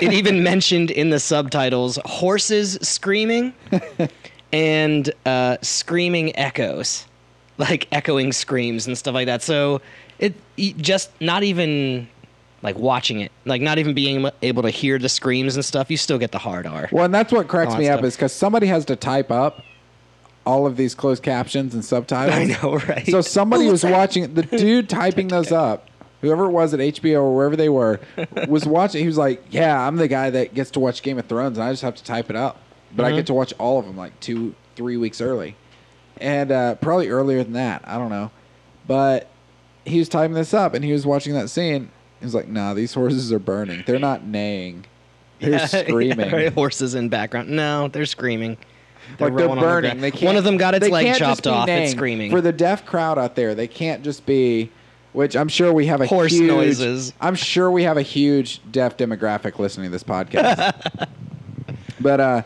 C: it even mentioned in the subtitles horses screaming and uh, screaming echoes, like echoing screams and stuff like that. So it y- just not even like watching it, like not even being able to hear the screams and stuff. You still get the hard R.
B: Well, and that's what cracks
C: All
B: me
C: that
B: up
C: stuff.
B: is because somebody has to type up all of these closed captions and subtitles.
C: I know, right?
B: So somebody was watching the dude typing those up. Whoever it was at HBO or wherever they were was watching. He was like, "Yeah, I'm the guy that gets to watch Game of Thrones, and I just have to type it up, but
C: Mm-hmm.
B: I get to watch all of them like two, three weeks early, and uh, probably earlier than that. I don't know, but he was typing this up, and he was watching that scene. He was like, "Nah, these horses are burning. They're not neighing. They're
C: Yeah, yeah,
B: screaming."
C: right, horses in background. No, they're screaming.
B: like they're
C: rolling on the
B: burning.
C: ground.
B: they can't,
C: One of them got its
B: they
C: leg
B: can't just
C: chopped
B: be
C: off.
B: neighing.
C: It's screaming.
B: For the deaf crowd out there, they can't just be. Which I'm sure we have a
C: Horse
B: huge,
C: noises.
B: I'm sure we have a huge deaf demographic listening to this podcast. but uh,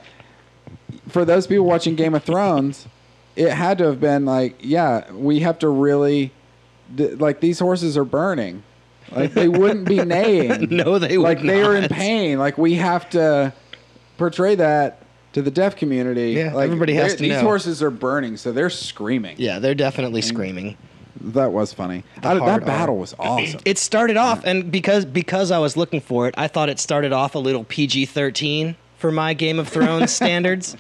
B: for those people watching Game of Thrones, it had to have been like, yeah, we have to really, th- like these horses are burning, like they wouldn't be neighing.
C: No, they would
B: like they are in
C: not.
B: pain. Like we have to portray that to the deaf community.
C: Yeah,
B: like,
C: everybody has
B: they're-
C: to
B: These
C: know.
B: horses are burning, so they're screaming.
C: yeah, they're definitely
B: Mm.
C: screaming.
B: that was funny. I-
C: hard
B: that
C: R.
B: battle was awesome.
C: It started off, and because because I was looking for it, I thought it started off a little PG thirteen for my Game of Thrones standards.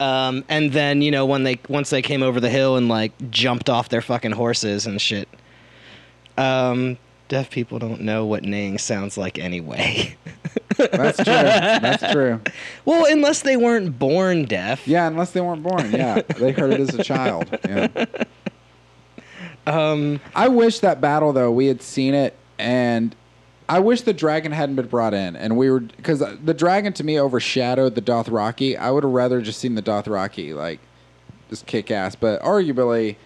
C: Um, and then you know when they once they came over the hill and like jumped off their fucking horses and shit. Um, deaf people don't know what neighing sounds like anyway.
B: That's true. That's true.
C: well, unless they weren't born deaf.
B: Yeah, unless they weren't born. Yeah, they heard it as a child. Yeah.
C: Um,
B: I wish that battle though we had seen it, and I wish the dragon hadn't been brought in, and we were because the dragon to me overshadowed the Dothraki. I would have rather just seen the Dothraki like just kick ass, but arguably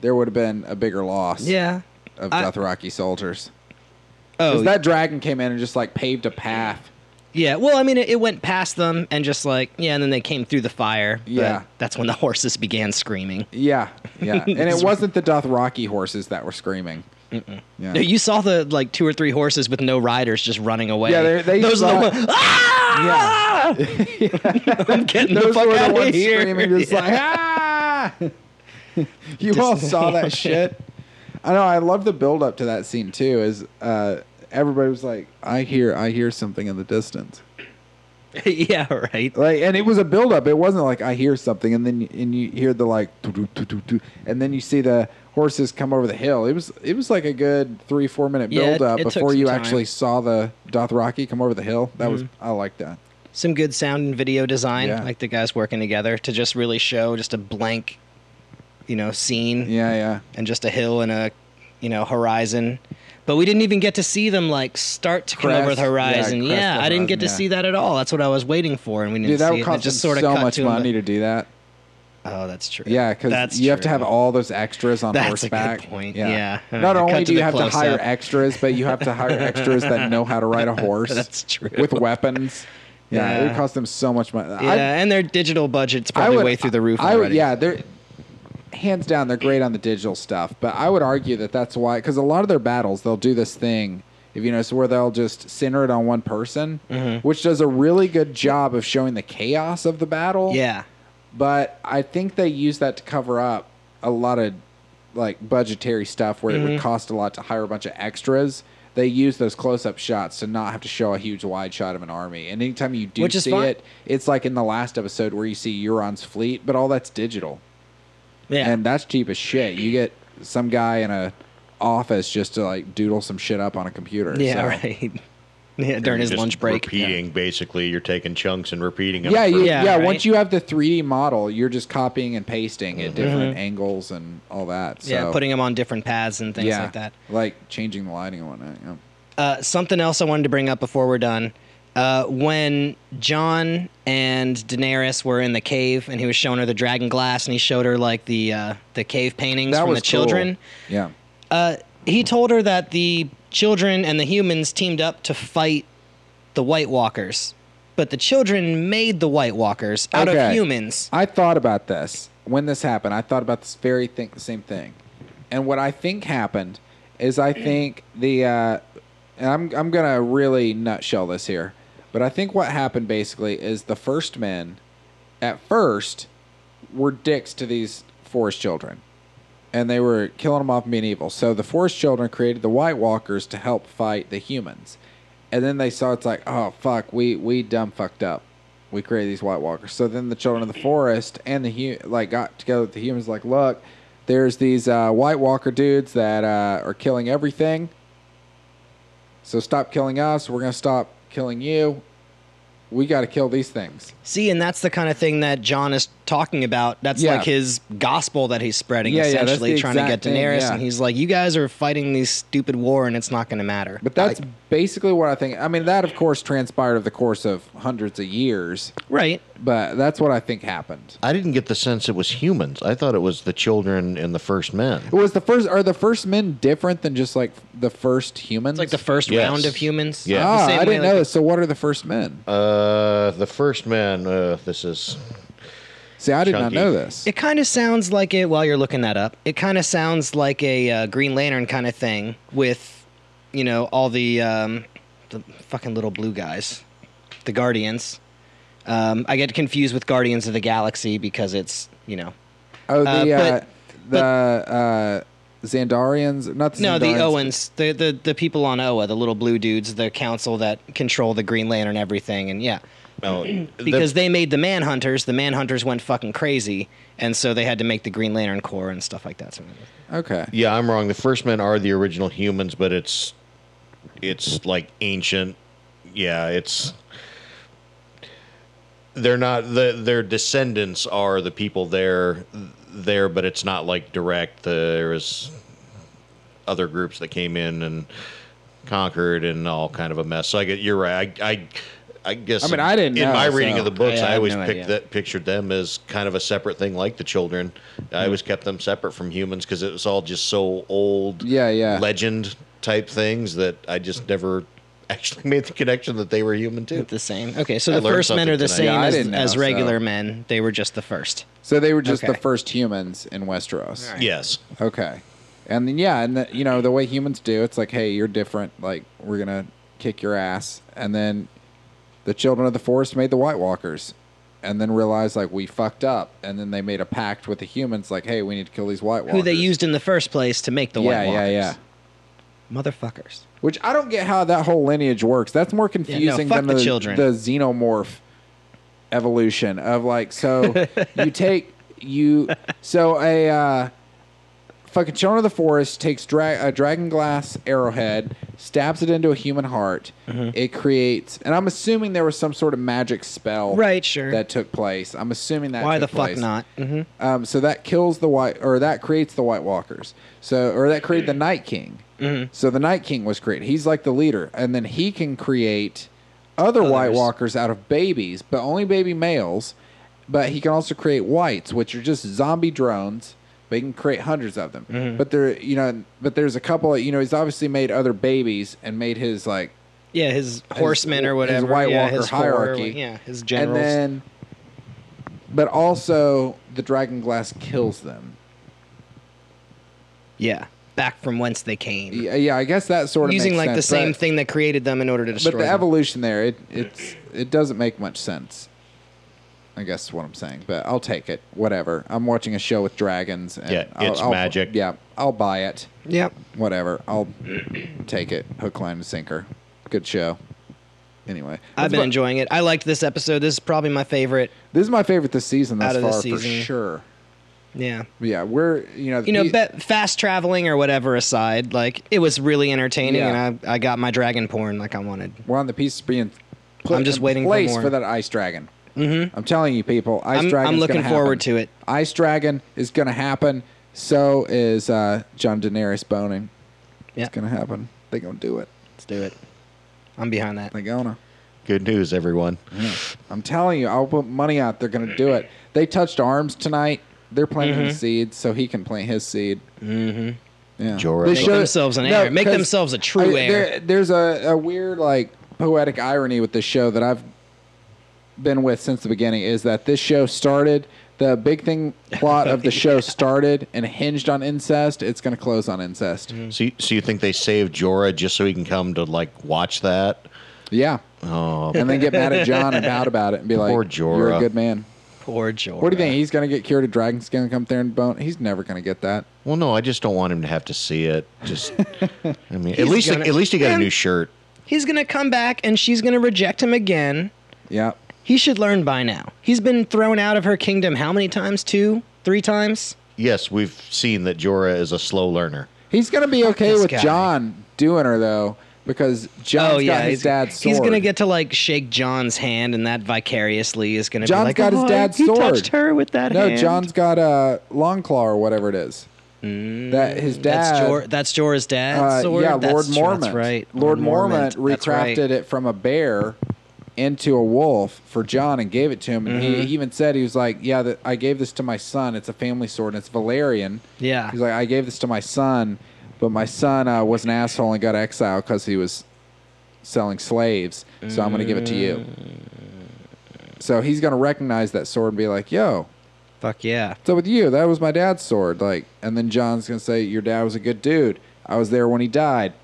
B: there would have been a bigger loss.
C: yeah.
B: Of
C: I-
B: Dothraki soldiers,
C: Oh,
B: because that dragon came in and just like paved a path.
C: Yeah, well, I mean, it, it went past them and just like, yeah, and then they came through the fire. but
B: Yeah.
C: That's when the horses began screaming.
B: Yeah, yeah, and it wasn't the Dothraki horses that were screaming. Yeah.
C: You saw the like two or three horses with no riders just running away.
B: Yeah, they- they
C: those are
B: saw-
C: the ones. Ah! I'm getting the
B: Those
C: fuck
B: were the
C: out
B: ones
C: of here.
B: screaming, just
C: Yeah.
B: like ah. you all saw that shit. I know. I love the build up to that scene too. Is uh, everybody was like, "I hear, I hear something in the distance."
C: yeah, right.
B: Like, and it was a build up. It wasn't like I hear something, and then and you hear the like, doo-doo, doo-doo, doo, and then you see the horses come over the hill. It was it was like a good three four minute
C: Yeah, it-
B: build up
C: it took
B: before
C: some
B: you
C: time. Mm-hmm.
B: actually saw the Dothraki come over the hill. That was I like that.
C: Some good sound and video design,
B: Yeah.
C: like the guys working together to just really show just a blank, you know, scene.
B: Yeah, yeah.
C: and just a hill and a you know horizon but we didn't even get to see them like start to come
B: Crest,
C: over the
B: yeah,
C: horizon
B: crest
C: yeah,
B: the
C: i didn't
B: horizon,
C: get to
B: yeah.
C: see that at all that's what i was waiting for and we didn't
B: Dude, that
C: see
B: would
C: it and it
B: cost them
C: just sort of
B: so
C: cut
B: much
C: to 'em, but-
B: money to do that.
C: oh that's true
B: Yeah, because
C: That's
B: you have to
C: true.
B: have all those extras on
C: That's a
B: horseback.
C: good point, yeah.
B: Not
C: Cut
B: only
C: to
B: do you
C: the
B: have to
C: close-up.
B: hire extras, but you have to hire extras that know how to ride a horse.
C: That's true.
B: With weapons. Yeah, it
C: Yeah.
B: would cost them so much money.
C: yeah and their digital budget's probably way through the roof
B: I would,
C: already.
B: yeah, they're hands down they're great on the digital stuff, but I would argue that that's why because a lot of their battles they'll do this thing If you notice where they'll just center it on one person,
C: Mm-hmm.
B: which does a really good job of showing the chaos of the battle.
C: Yeah.
B: But I think they use that to cover up a lot of like budgetary stuff where
C: Mm-hmm.
B: it would cost a lot to hire a bunch of extras. They use those close-up shots to not have to show a huge wide shot of an army. And anytime you do
C: Which is
B: see
C: fine.
B: it, it's like in the last episode where you see Euron's fleet, but all that's digital.
C: Yeah.
B: And that's cheap as shit. You get some guy in a office just to like doodle some shit up on a computer.
C: yeah,
B: so-
C: right. yeah, during his
A: Just
C: lunch break.
A: Repeating, basically, you're taking chunks and repeating them.
B: Yeah,
A: for-
B: you, yeah.
C: Yeah, right?
B: Once you have the 3D model, you're just copying and pasting at different angles and all that. So,
C: Mm-hmm. Yeah, putting him on different paths and things like that.
B: like changing the lighting and whatnot. Yeah.
C: Uh, something else I wanted to bring up before we're done. Uh, when John and Daenerys were in the cave, and he was showing her the dragon glass, and he showed her like the uh, the cave paintings
B: That
C: from
B: was
C: the children.
B: cool. Yeah.
C: Uh, he told her that the children and the humans teamed up to fight the White Walkers, but the children made the White Walkers out of
B: Okay.
C: humans.
B: I thought about this when this happened. I thought about this very thing, same thing, and what I think happened is I think the uh, and I'm I'm gonna really nutshell this here, but I think what happened basically is the first men, at first, were dicks to these forest children, and they were killing them off and being evil. So the forest children created the White Walkers to help fight the humans, and then they saw it's like oh fuck we we dumb fucked up we created these white walkers so then the children of the forest and the hu- like got together with the humans like look there's these uh, white walker dudes that uh, are killing everything so stop killing us we're gonna stop killing you we gotta kill these things
C: See, and that's the kind of thing that John is talking about. That's
B: Yeah.
C: like his gospel that he's spreading,
B: Yeah, yeah, that's
C: essentially,
B: the
C: trying to get
B: exact thing,
C: Daenerys.
B: yeah.
C: And he's like, you guys are fighting this stupid war, and it's not going to matter.
B: but that's basically what i think i mean that of course transpired over the course of hundreds of years
C: right.
B: but that's what i think happened
A: I didn't get the sense it was humans. I thought it was the children and the first men.
B: was the first are the first men different than just like the first humans
C: It's like the first
A: Yes.
C: round of humans.
A: Yeah.
B: Ah,
C: The same
B: I
C: way,
B: didn't
C: like,
B: know this. So, what are the first men?
A: Uh, the first men. Uh, this is
B: See, I did
A: Chunky.
B: not know this.
C: It kind of sounds like it. While you're looking that up, it kind of sounds like a uh, Green Lantern kind of thing with, you know, all the um, the fucking little blue guys, the Guardians. Um, I get confused with Guardians of the Galaxy because it's you know
B: oh, the
C: uh,
B: uh,
C: but-
B: the uh, Zandarians, not the
C: no the
B: Xandarians.
C: Owens the, the the people on Oa the little blue dudes the council that control the Green Lantern everything and yeah
A: well,
C: because
A: the,
C: they made the Manhunters the Manhunters went fucking crazy and so they had to make the Green Lantern Corps and stuff like that. So
B: Okay,
A: yeah, I'm wrong. The first men are the original humans, but it's it's like ancient. Yeah, it's they're not the their descendants are the people there there, but it's not like direct. There is other groups that came in and conquered and all kind of a mess. So I get you're right. I I, I guess
B: I mean, I didn't
A: in my
B: know,
A: reading
B: so-
A: of the books,
C: Yeah, I
A: I,
C: have
A: always
C: no
A: picked
C: idea.
A: that pictured them as kind of a separate thing, like the children. I always kept them separate from humans because it was all just so old,
B: Yeah, yeah.
A: legend type things that I just never actually made the connection that they were human too.
C: The same. Okay, so
A: I
C: the
A: learned
C: first men
A: something
C: are the
A: tonight.
C: same
B: Yeah, I
C: as,
B: didn't know,
C: as regular
B: so-
C: men. They were just the first.
B: so they were just the
C: Okay.
B: first humans in Westeros.
A: Yes,
B: Okay, and then yeah, and the, you know the way humans do, it's like, hey, you're different. Like we're gonna kick your ass, and then the children of the forest made the White Walkers. And then realized like we fucked up, and then they made a pact with the humans, like, "Hey, we need to kill these White Walkers."
C: Who they used in the first place to make the
B: yeah,
C: White
B: yeah,
C: Walkers.
B: yeah.
C: Motherfuckers.
B: Which I don't get how that whole lineage works. That's more confusing
C: fuck
B: than the,
C: the children.
B: the xenomorph evolution of like so you take you so a uh, fucking children of the forest takes dra- a dragon glass arrowhead, stabs it into a human heart.
C: Mm-hmm.
B: It creates, and I'm assuming there was some sort of magic spell,
C: Right, sure.
B: that took place. I'm assuming that
C: Why the
B: took
C: fuck
B: place.
C: not? hmm
B: Um, so that kills the white, or that creates the White Walkers. So, or that
C: Mm-hmm.
B: created the Night King. So the Night King was created. He's like the leader, and then he can create other White
C: Others.
B: Walkers out of babies, but only baby males. But he can also create whites, which are just zombie drones. But he can create hundreds of them.
C: Mm-hmm.
B: But there, you know, but there's a couple. Of, you know, he's obviously made other babies and made his like
C: Yeah, his horsemen or
B: his
C: whatever.
B: White
C: yeah,
B: Walker
C: his four,
B: hierarchy.
C: yeah, his generals.
B: And then, but also the dragon glass kills them.
C: yeah. back from whence they came,
B: Yeah, yeah, I guess that sort of
C: using
B: makes
C: like the
B: sense,
C: same
B: but-
C: thing that created them in order to destroy.
B: But the
C: them.
B: evolution there, it it's it doesn't make much sense. I guess is what I'm saying, but I'll take it. Whatever. I'm watching a show with dragons. And
A: Yeah,
B: I'll-
A: it's
B: I'll-
A: magic.
B: Yeah, I'll buy it.
C: yeah,
B: Whatever. I'll take it. Hook, line, and sinker. Good show. Anyway,
C: I've
B: that's
C: been
B: my-
C: enjoying it. I liked this episode. This is probably my favorite.
B: This is my favorite this season thus
C: Out of
B: far
C: this
B: for
C: season.
B: sure.
C: Yeah.
B: Yeah, we're you know
C: You know,
B: the-
C: but fast traveling or whatever aside, like it was really entertaining,
B: Yeah.
C: and I, I got my dragon porn like I wanted.
B: we're on the piece of being put
C: I'm just
B: in
C: waiting for
B: place
C: more.
B: that ice dragon. Mm-hmm. I'm telling you, people, ice
C: I'm- I'm
B: dragon.
C: looking forward to it.
B: Ice dragon is going to happen. So is uh, John Daenerys boning.
C: Yeah,
B: It's going to happen. They going to do it.
C: let's do it. I'm behind that.
B: They going to.
A: Good news, everyone.
B: I'm telling you, I'll put money out. They're going to do it. They touched arms tonight. They're
C: Mm-hmm.
B: planting seeds, so he can plant his seed. Mm-hmm. Yeah.
A: Jorah.
B: They
A: Make
B: should've-
C: themselves an heir. Make
B: 'cause
C: themselves a true
B: I- there-
C: heir.
B: there's a, a weird, like, poetic irony with this show that I've been with since the beginning is that this show started. The big thing plot of the show started and hinged on incest. It's going to close on incest.
C: Mm-hmm.
A: So, you, so you think they saved Jorah just so he can come to like watch that?
B: Yeah.
A: Oh,
B: And then get mad at John and pout about it and be like,
A: Poor
B: You're a
A: Jorah.
B: good man.
C: Poor Jorah.
B: What do you think? He's going to get cured of dragon skin and come up there and bone? He's never going to get that.
A: well, no, I just don't want him to have to see it. Just, I mean, at
C: He's
A: least
C: gonna-
A: at least he got a
C: Man.
A: new shirt.
C: He's gonna come back, and she's gonna reject him again.
B: Yeah.
C: He should learn by now. He's been thrown out of her kingdom how many times? Two, three times.
A: Yes, we've seen that Jorah is a slow learner.
B: He's going to be okay
C: this
B: with
C: guy.
B: John doing her, though, because John's
C: oh yeah,
B: got his
C: he's,
B: dad's sword.
C: he's gonna get to like shake John's hand, and that vicariously is gonna
B: John's
C: be like,
B: got his
C: "Oh,
B: dad's
C: he
B: sword.
C: touched her with that
B: No,
C: hand."
B: John's got a long claw or whatever it is. that his dad.
C: Mm, That's Jor. That's Jorah's dad's
B: uh,
C: sword.
B: yeah,
C: That's
B: Lord
C: true,
B: Mormont.
C: That's right.
B: Lord Mormont,
C: Mormont, that's right.
B: recrafted it from a bear into a wolf for John and gave it to him. And
C: Mm-hmm.
B: he, he even said he was like, "Yeah, that I gave this to my son. It's a family sword. and It's Valerian."
C: Yeah.
B: He's like, "I gave this to my son, but my son uh, was an asshole and got exiled because he was selling slaves. So I'm going to give it to you."
C: Mm.
B: So he's going to recognize that sword and be like, "Yo,
C: Fuck yeah.
B: so with you, that was my dad's sword. Like, and then John's gonna say, "Your dad was a good dude. I was there when he died.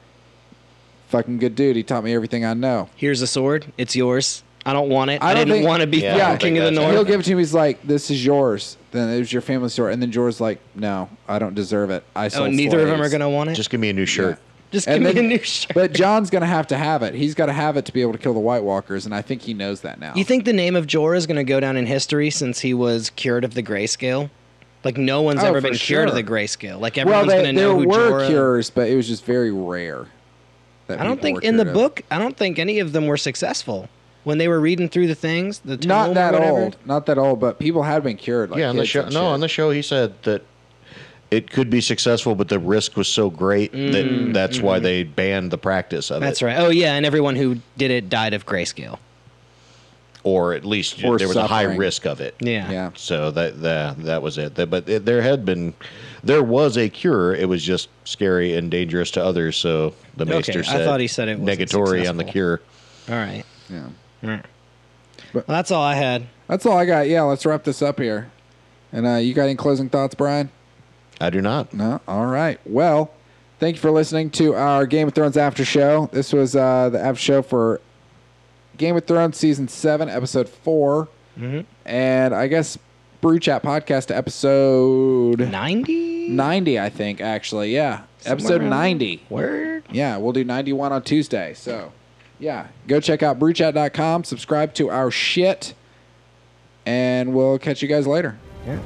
B: Fucking good dude. He taught me everything I know."
C: Here's a sword. It's yours. I don't want it.
B: I
C: I,
B: don't
C: didn't
B: think-
C: want to be
A: Yeah, I
C: fucking
A: don't
C: king
A: think
C: of the
A: that's-
C: north.
B: He'll give it to him. He's like, "This is yours." Then it was your family sword. And then Jorah's like, "No, I don't deserve it. I
C: oh,
B: sold
C: neither of them are
B: slaves."
C: gonna want it. Just,
A: Just give me a new shirt.
C: just give
B: And
C: me
B: then-
C: a new shirt.
B: But John's gonna have to have it. He's got to have it to be able to kill the White Walkers, and I think he knows that now.
C: You think the name of Jorah is going to go down in history since he was cured of the grayscale? Like no one's
B: Oh,
C: ever
B: for
C: been cured of
B: sure.
C: the grayscale. Like
B: well,
C: everyone's
B: they,
C: going to
B: there
C: know who
B: were
C: Jorah.
B: cures, but it was just very rare. that
C: I don't
B: people were
C: think in the
B: cured of.
C: book. I don't think any of them were successful when they were reading through the things. The tome
B: Not that
C: or whatever.
B: old. Not that old, but people had been cured. Like
A: yeah, on the
B: kids
A: show.
B: and
A: No,
B: shit.
A: on the show he said that it could be successful, but the risk was so great
B: Mm,
A: that that's
B: mm-hmm.
A: why they banned the practice of
C: That's
A: it.
C: right. Oh yeah, and everyone who did it died of grayscale.
A: Or at least
B: Or
A: there was a high
B: suffering.
A: risk of it.
C: Yeah.
B: Yeah.
A: So that that that was it. That- But it, there had been, there was a cure. It was just scary and dangerous to others. So the
C: Okay,
A: maester
C: I
A: said,
C: thought he said it wasn't
A: negatory on the
C: successful.
A: cure.
C: All right.
B: Yeah.
C: All right.
B: But-
C: well, that's all I had.
B: That's all I got. Yeah, let's wrap this up here. And uh, you got any closing thoughts, Brian?
A: I do not.
B: No. All right. Well, thank you for listening to our Game of Thrones after show. This was uh, the after show for Game of Thrones season seven, episode 4 and I guess Brew Chat podcast episode
C: Ninety.
B: ninety. I think actually, yeah, episode
C: around
B: ninety.
C: Word.
B: Yeah, we'll do 91 on Tuesday. So, yeah, go check out brewchat.com, subscribe to our shit, and we'll catch you guys later.
C: Yeah.